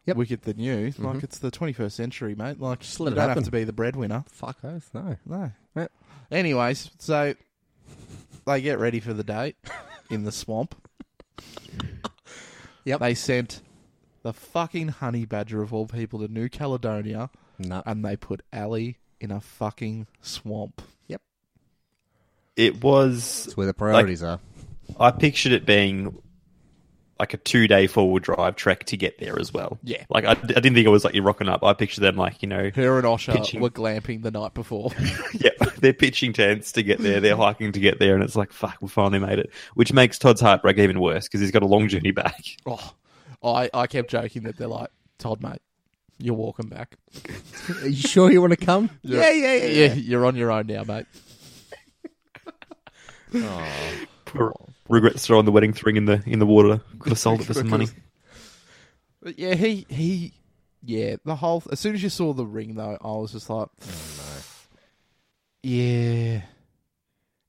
Yep. Mm-hmm.
wicket than you. Like it's the twenty first century, mate. Like
Just
you
let it
don't have
happen.
to be the breadwinner.
Fuck oath, no.
No.
Yep.
Anyways, so they get ready for the date in the swamp.
Yep.
They sent the fucking honey badger of all people to New Caledonia
No.
and they put Allie in a fucking swamp.
it was
That's where the priorities are.
I pictured it being like a two day four wheel drive trek to get there as well.
Yeah.
Like I, I didn't think it was like you're rocking up. I pictured them like, you know,
Her and Osha
Pitching.
were glamping the night before.
yeah, they're pitching tents to get there, they're hiking to get there, and it's like, fuck, we finally made it. Which makes Todd's heartbreak even worse because he's got a long journey back.
oh, I, I kept joking that they're like, Todd, mate, you're welcome back.
Are you sure you want to come?
Yeah, yeah, yeah, yeah. You're on your own now, mate.
Re- Regrets throwing the wedding ring in the in the water. Could have sold it for some money.
But yeah, he he yeah, the whole as soon as you saw the ring though, I was just like Yeah.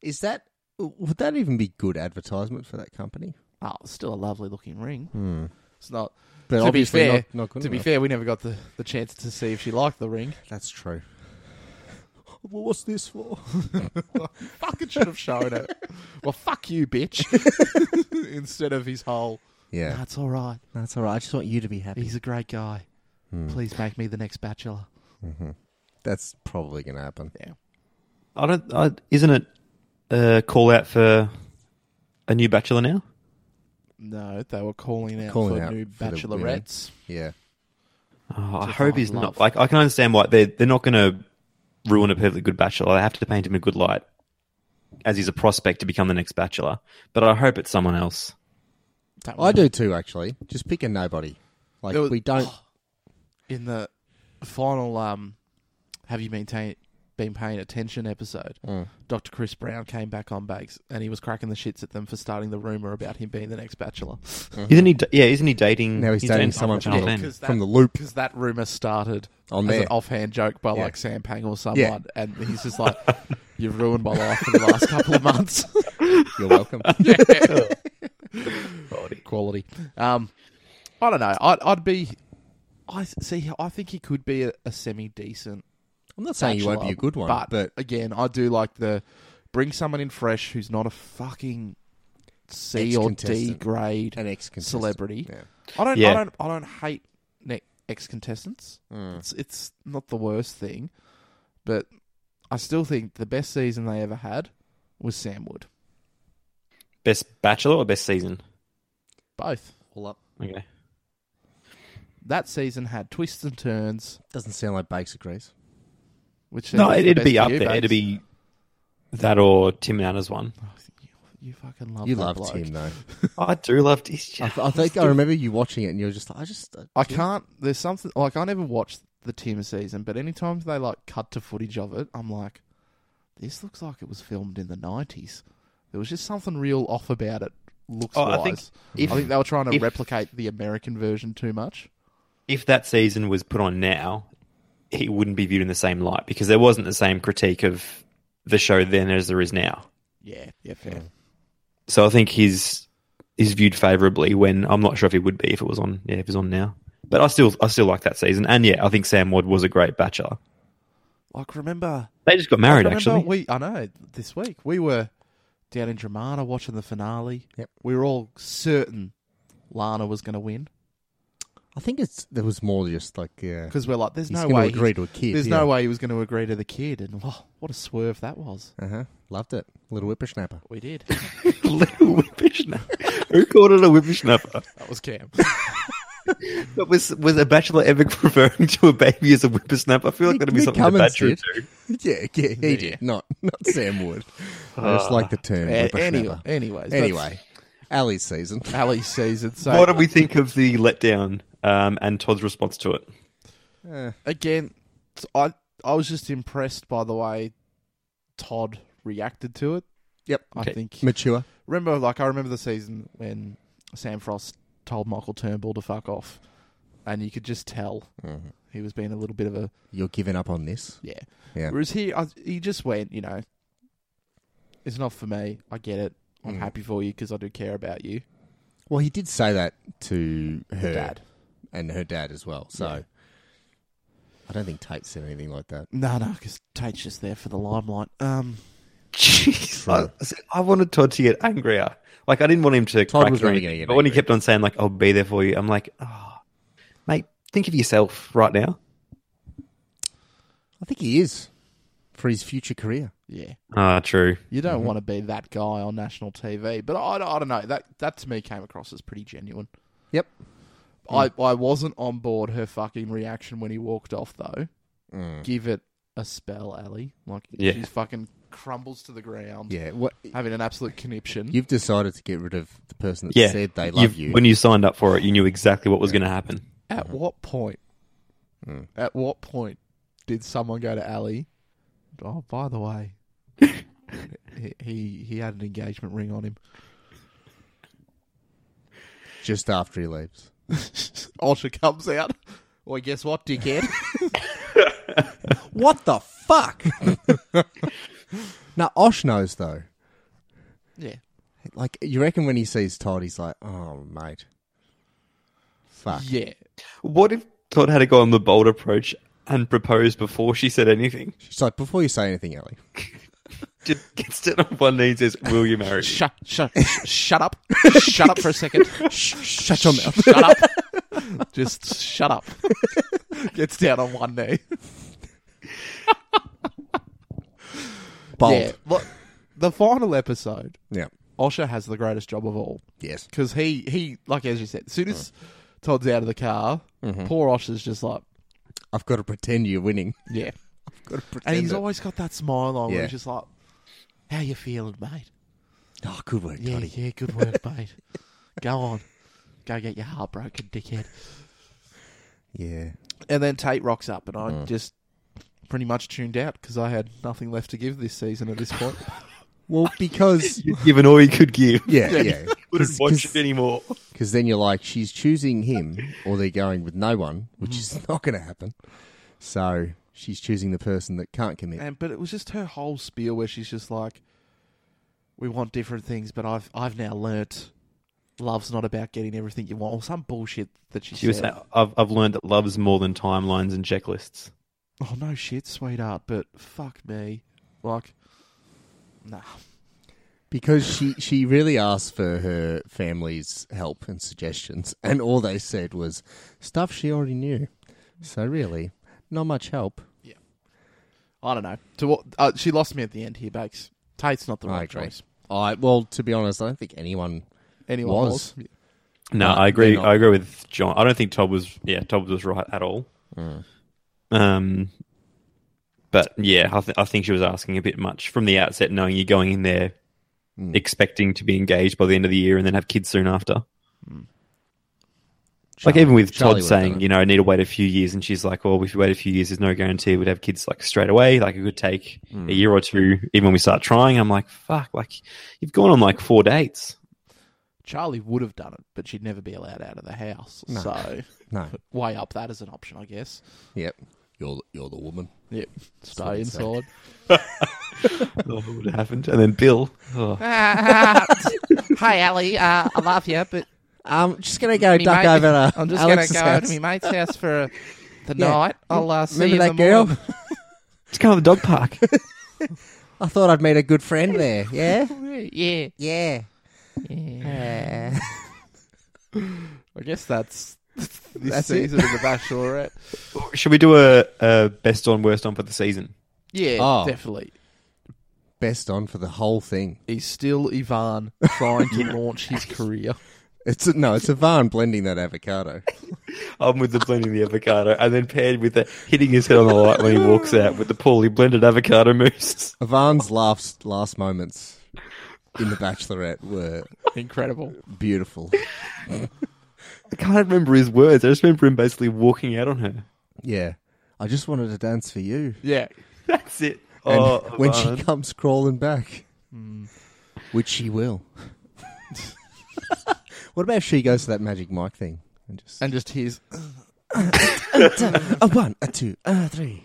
Is that would that even be good advertisement for that company?
Oh, it's still a lovely looking ring. It's not
But
to be
obviously
fair,
not- not good
to be
enough.
fair, we never got the, the chance to see if she liked the ring.
That's true. Well, what's this for?
Fucking should have shown it. well, fuck you, bitch. Instead of his whole.
Yeah,
That's all right.
that's all right. I just want you to be happy.
He's a great guy. Please make me the next bachelor.
That's probably going to happen.
I don't. I, isn't it a call out for a new bachelor now?
No, they were calling out
Calling
for
out
new
for the women.
bachelorettes.
Yeah.
Oh, I
to
hope
find
he's
love.
not. Like, I can understand why they're they're not going to ruin a perfectly good bachelor. They have to paint him in a good light as he's a prospect to become the next bachelor. But I hope it's someone else.
That
I
one.
do too, actually. Just pick a nobody. Like
There was-
we don't.
in the final um have you been ta- been paying attention episode
Mm.
dr chris brown came back on bags and he was cracking the shits at them for starting the rumor about him being the next bachelor
Isn't he? da- Yeah, isn't he dating?
Mm-hmm. Now he's dating someone
Tom
from
Jane.
the-
because
From the loop.
because that rumor started
On
as an
there.
offhand joke by
Yeah.
like sam pang or someone
Yeah.
and he's just like you've ruined my life for the last couple of months
You're welcome.
quality. Um, I don't know. I'd, I'd be. I see. I think he could be a, a semi decent.
I'm not saying he won't be a good one, but-
again, I do like the bring someone in fresh who's not a fucking C or D
Ex-contestant.
grade
An ex-contestant.
celebrity.
Yeah.
I don't.
Yeah.
I don't. I don't hate ne- ex contestants.
Mm.
It's it's not the worst thing, but I still think the best season they ever had was Sam Wood.
Best bachelor or best season?
Both.
All up.
Okay.
That season had twists and turns,
Doesn't sound like Bakes agrees.
which
No,
seems
it,
the
it'd
best
be
for
up
you,
there.
babes.
It'd be that or Tim and Anna's one.
Oh, you, you fucking love.
You
that
love
bloke.
Tim though.
I do love this.
I, th- I think I remember you watching it and you were just like, I just uh,
I can't. There's something like I never watched the Tim season, but anytime they like cut to footage of it, I'm like, this looks like it was filmed in the '90s. There was just something real off about it. Looks
Oh,
wise.
I think if-
I think they were trying to
if-
replicate the American version too much.
if that season was put on now, it wouldn't be viewed in the same light because there wasn't the same critique of the show then as there is now.
Yeah, yeah, fair.
So I think he's is viewed favourably when I'm not sure if he would be if it was on yeah, if it was on now. But I still I still like that season. And yeah, I think Sam Ward was a great bachelor.
Like remember,
They just got married
remember
actually.
we I know this week we were down in Dramana watching the finale.
Yep.
We were all certain Lana was going to win
I think it's there was more just like yeah.
because we're like, there's
He's
no
gonna
way
agree
he's-
to a kid,
There's
yeah.
no way he was going to agree to the kid, and oh, what a swerve that was.
Uh huh. Loved it. Little whippersnapper.
We did.
Little whippersnapper. Who called it a whippersnapper?
that was Cam.
But was was a bachelor ever referring to a baby as a whippersnapper? I feel like that'd be
Nick
something the
Cummins
bachelor
did.
do.
yeah, yeah, he did. Not not Sam Wood. Uh, I just like the term
anyway,
whippersnapper.
anyways,
Anyway, Ali's season.
that's Ali season. So
What did we think of the letdown um, and Todd's response to it?
Uh,
again, t- I I was just impressed by the way Todd reacted to it.
Yep.
I
Okay.
think
Mature.
remember like I remember the season when Sam Frost told Michael Turnbull to fuck off, and you could just tell
Mm-hmm.
he was being a little bit of a
You're giving up on this.
yeah.
Yeah.
Whereas he I, he just went, you know, it's not for me. I get it. I'm
Mm.
happy for you because I do care about you,
Well, he did say that to her
Dad.
and her dad as well. So I don't think Tate said anything like that.
No, no, because Tate's just there for the limelight. Um,
Jeez, I, I said- I wanted Todd to get angrier. Like I didn't want him to
Todd
crack
was
or
really
anything,
gonna get
but when he
angry.
kept on saying like "I'll be there for you," I'm like, oh, mate, think of yourself right now.
I think he is for his future career.
yeah.
Ah, true.
You
Mm-hmm.
don't want to be that guy on national TV, but I, I don't know. That that to me came across as pretty genuine.
Yep. Mm.
I, I wasn't on board her fucking reaction when he walked off though.
Mm.
Give it a spell, Ellie. Like
Yeah.
she fucking crumbles to the ground,
Yeah. What
having an absolute conniption.
you've decided to get rid of the person that
Yeah,
said they
You've-
love you.
When you signed up for it, you knew exactly what was going to happen.
At what point? At what point did someone go to Ali? Oh, by the way, he, he he had an engagement ring on him.
Just after he leaves.
Osha comes out. Well, guess what, dickhead?
What the fuck? now Osh knows though.
yeah,
Like you reckon when he sees Todd, he's like, "Oh mate, fuck."
yeah.
What if Todd had to go on the bold approach and propose before she said anything?
She's like, "Before you say anything, Ellie,
Just gets down on one knee and says, "Will you marry?" me?"
Shut shut shut up. shut up for a second.
shut your mouth."
shut up. Just shut up. Gets down on one knee.
Bold.
Yeah. Look, the final episode,
yeah.
Osha has the greatest job of all
Yes.
because he he like as you said, as soon
Mm.
as Todd's out of the car,
Mm-hmm.
poor Osha's just like
I've got to pretend you're winning.
yeah,
I've got to pretend.
and he's
it.
always got that smile on. Where
Yeah.
he's just like, "How you feeling, mate?
Oh, good work,
Yeah,
Toddy.
yeah, good work, mate. Go on, go get your heart broken, dickhead."
Yeah.
And then Tate rocks up, and
Mm.
I just pretty much tuned out because I had nothing left to give this season at this point.
Well, because
You'd given all you could give.
yeah, yeah.
Wouldn't watch it
Because
anymore.
then you're like, she's choosing him, or they're going with no one, which is not going to happen. So she's choosing the person that can't commit.
and but it was just her whole spiel where she's just like, "We want different things, but I've I've now learnt love's not about getting everything you want," or some bullshit that she,
She was
said.
saying, "I've I've learned that love's more than timelines and checklists."
oh no, shit, sweetheart, but fuck me, like, nah,
because she she really asked for her family's help and suggestions, and all they said was stuff she already knew. So really, not much help.
I don't know. To what uh, she lost me at the end here, Bakes. Tate's not the
I
right
agree.
choice.
I well, to be honest, I don't think anyone
Anyone
Was.
was.
No, I agree. I agree with John. I don't think Todd was. Yeah, Todd was right at all. Mm. Um, but yeah, I, th- I think she was asking a bit much from the outset, knowing you're going in there Mm. expecting to be engaged by the end of the year and then have kids soon after. Like even with Todd saying, you know, I need to wait a few years, and she's like, "Well, if you wait a few years, there's no guarantee we'd have kids like straight away. Like it could take a year or two, even when we start trying." I'm like, "Fuck! Like you've gone on like four dates."
Charlie would have done it, but she'd never be allowed out of the house. So
no,
weigh up that as an option, I guess.
yep, you're the, you're the woman.
Yep. Stay inside.
what would have happened? And then Bill, oh.
Hi, Ali. Uh, I love you, but
I'm Um, just gonna go
me
duck
mate-
over to
I'm just
Alex's
gonna go
house.
to my mate's house for uh, the
Yeah.
night. I'll uh, see
Remember
you in
that
the
girl?
morning.
it's kind of the dog park.
I thought I'd meet a good friend there. Yeah,
Yeah.
yeah.
I guess that's this season of The Bachelorette.
Should we do a, a best on worst on for the season?
Yeah,
Oh.
definitely.
Best on for the whole thing.
He's still Ivan trying to launch his career.
It's a, no, it's a van blending that avocado.
I'm with the blending the avocado, and then paired with the hitting his head on the light when he walks out with the poorly blended avocado mousse.
Ivan's last last moments in The Bachelorette were
Incredible.
beautiful.
I can't remember his words. I just remember him basically walking out on her.
Yeah, I just wanted to dance for you.
Yeah.
That's it.
And
Oh,
when
Ivan.
she comes crawling back,
Hmm.
which she will. what about if she goes to that magic mic thing and just
And just his
a one, a two, a three?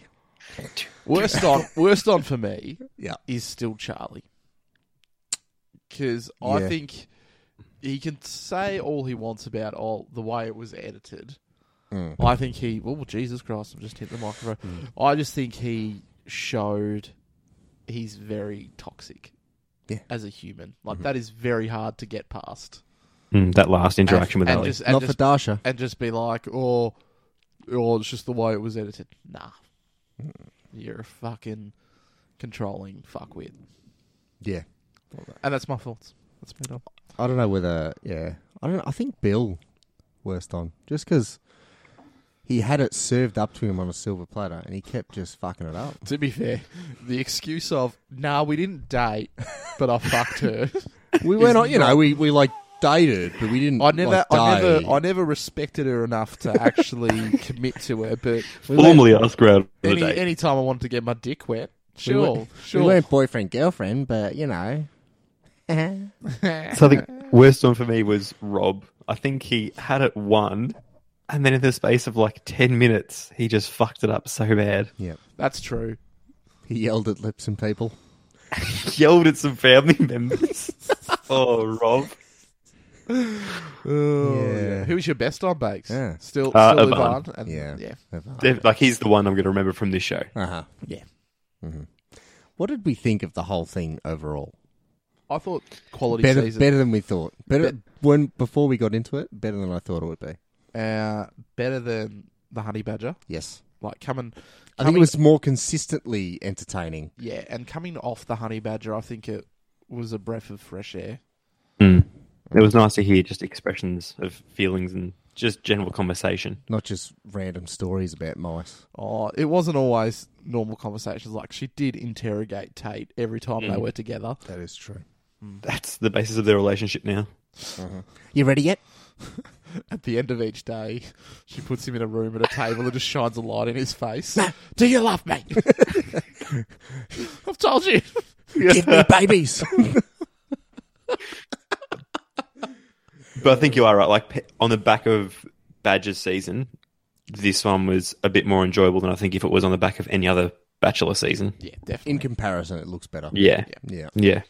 worst on worst on for me
Yeah,
is still Charlie. Because I
Yeah.
think he can say all he wants about all the way it was edited.
Mm.
I think he. Well, Jesus Christ! I'm just hit the microphone. I just think he showed he's very toxic.
Yeah. Mm-hmm.
As a human, like that is very hard to get past.
Mm, that last interaction with
and
Ali.
just and
not
just
for Dasha.
and just be like, or, or it's just the way it was edited. Nah,
Mm.
you're a fucking controlling fuckwit,
Yeah,
and that's my fault. That's me.
I don't know whether. Yeah, I don't. I think Bill worst on just because he had it served up to him on a silver platter and he kept just fucking it up.
To be fair, the excuse of "Nah, we didn't date, but I fucked her."
We
Is
went on, you
not-
know, we we like dated, but we didn't.
I never,
like,
I
date.
never, I never respected her enough to actually commit to her. But
Formally asked her out for the
any
date.
any time I wanted to get my dick wet,
We
sure,
weren't-
sure.
We weren't boyfriend girlfriend, but you know.
So I
uh,
think worst one for me was Rob. I think he had it won, and then in the space of like ten minutes, he just fucked it up so bad.
Yep.
That's true.
He yelled at lips and people.
Yelled at some family members. oh, Rob.
Oh,
yeah.
Who's your best on bakes?
Yeah.
Still,
Uh,
still
Ivan.
Ivan, and
Yeah.
yeah.
Uh-huh.
Def- Like he's the one I'm going to remember from this show.
Uh huh.
Yeah.
Mm-hmm. What did we think of the whole thing overall?
I thought quality
Better,
season.
better than we thought. Better when before we got into it. Better than I thought it would be.
uh, better than the Honey Badger.
Yes,
Like coming,
I think
coming-
it was more consistently entertaining.
yeah, and coming off the Honey Badger, I think it was a breath of fresh air.
Hmm. It was nice to hear just expressions of feelings and just general conversation.
Not just random stories about mice.
Oh, it wasn't always normal conversations. Like she did interrogate Tate every time
Mm.
they were together.
That is true.
That's the basis of their relationship now.
You ready yet?
At the end of each day, she puts him in a room at a table and just shines a light in his face. Do you love me? I've told you.
Give me babies.
But I think you are right. Like pe- on the back of Badger's season, this one was a bit more enjoyable than I think if it was on the back of any other Bachelor season.
Yeah, definitely.
In comparison, it looks better.
Yeah.
Yeah.
Yeah.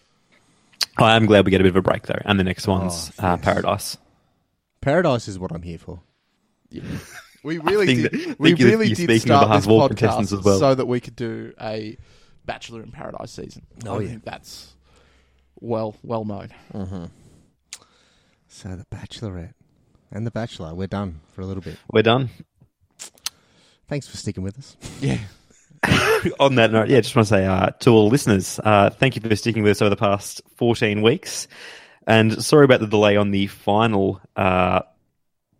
I am glad we get a bit of a break though, and the next one's uh, Paradise.
Paradise is what I'm here for.
We really
think
did.
that- I
we
think you're-
really
you're
did
speaking on
start
behalf
this
of all
podcast
contestants as well.
so that we could do a Bachelor in Paradise season.
Oh,
I think that's well well known.
So the Bachelorette and the Bachelor, we're done for a little bit.
We're done.
Thanks for sticking with us.
Yeah,
on that note, yeah, just want to say uh, to all listeners, uh, thank you for sticking with us over the past 14 weeks. And sorry about the delay on the final uh,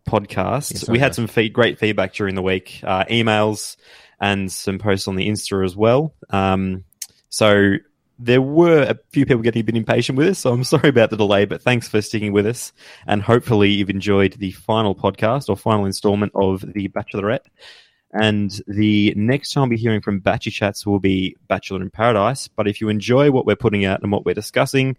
podcast.
Yes,
we
I know.
had some feed, great feedback during the week, uh, emails and some posts on the Insta as well. Um, so there were a few people getting a bit impatient with us, so I'm sorry about the delay, but thanks for sticking with us. And hopefully you've enjoyed the final podcast or final installment of The Bachelorette. And the next time we're hearing from Batchy Chats will be Bachelor in Paradise. But if you enjoy what we're putting out and what we're discussing,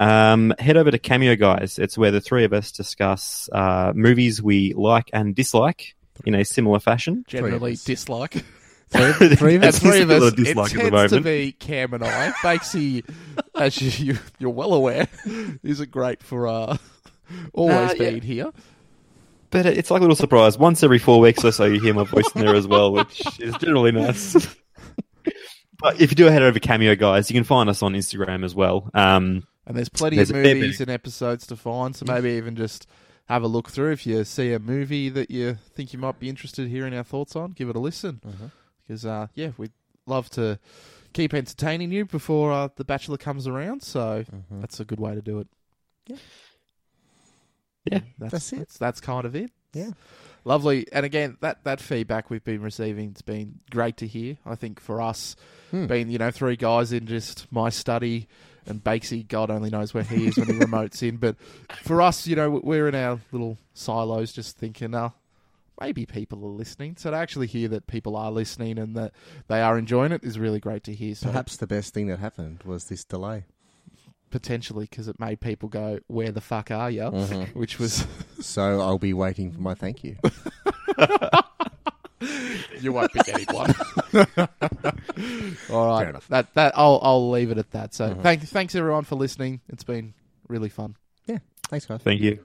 um, head over to Cameo Guys. It's where the three of us discuss uh, movies we like and dislike in a similar fashion.
Generally
us.
dislike.
Three, three of
The
us.
three of
Still a
us. It
dislike
tends
at the
to
moment.
be Cam and I. Bakesy, as you, you, you're well aware, isn't great for uh, always
Uh,
Nah, yeah.
being here.
But it's like a little surprise. Once every four weeks or so, you hear my voice in there as well, which is generally nice. but if you do head over to Cameo Guys, you can find us on Instagram as well. Um,
And there's plenty
There's
of
a fair bit.
movies and episodes to find, so maybe even just have a look through. If you see a movie that you think you might be interested in hearing our thoughts on, give it a listen.
Mm-hmm.
Because, uh yeah, we'd love to keep entertaining you before uh, The Bachelor comes around, so
Mm-hmm.
that's a good way to do it.
yeah.
That's,
That's it.
That's, that's kind of it.
Yeah.
Lovely. And again, that, that feedback we've been receiving, it's been great to hear. I think for us,
Hmm.
being, you know, three guys in just my study and Bakesy, God only knows where he is when he remotes in. But for us, you know, we're in our little silos just thinking, uh, maybe people are listening. So to actually hear that people are listening and that they are enjoying it is really great to hear. So
Perhaps the best thing that happened was this delay.
potentially because it made people go, where the fuck are you?
Mm-hmm.
Which was,
So I'll be waiting for my thank you.
you won't be getting one. All right,
Fair enough. Mm-hmm.
that that I'll I'll leave it at that. So thank thanks everyone for listening. It's been really fun.
Thanks, guys.
Thank you.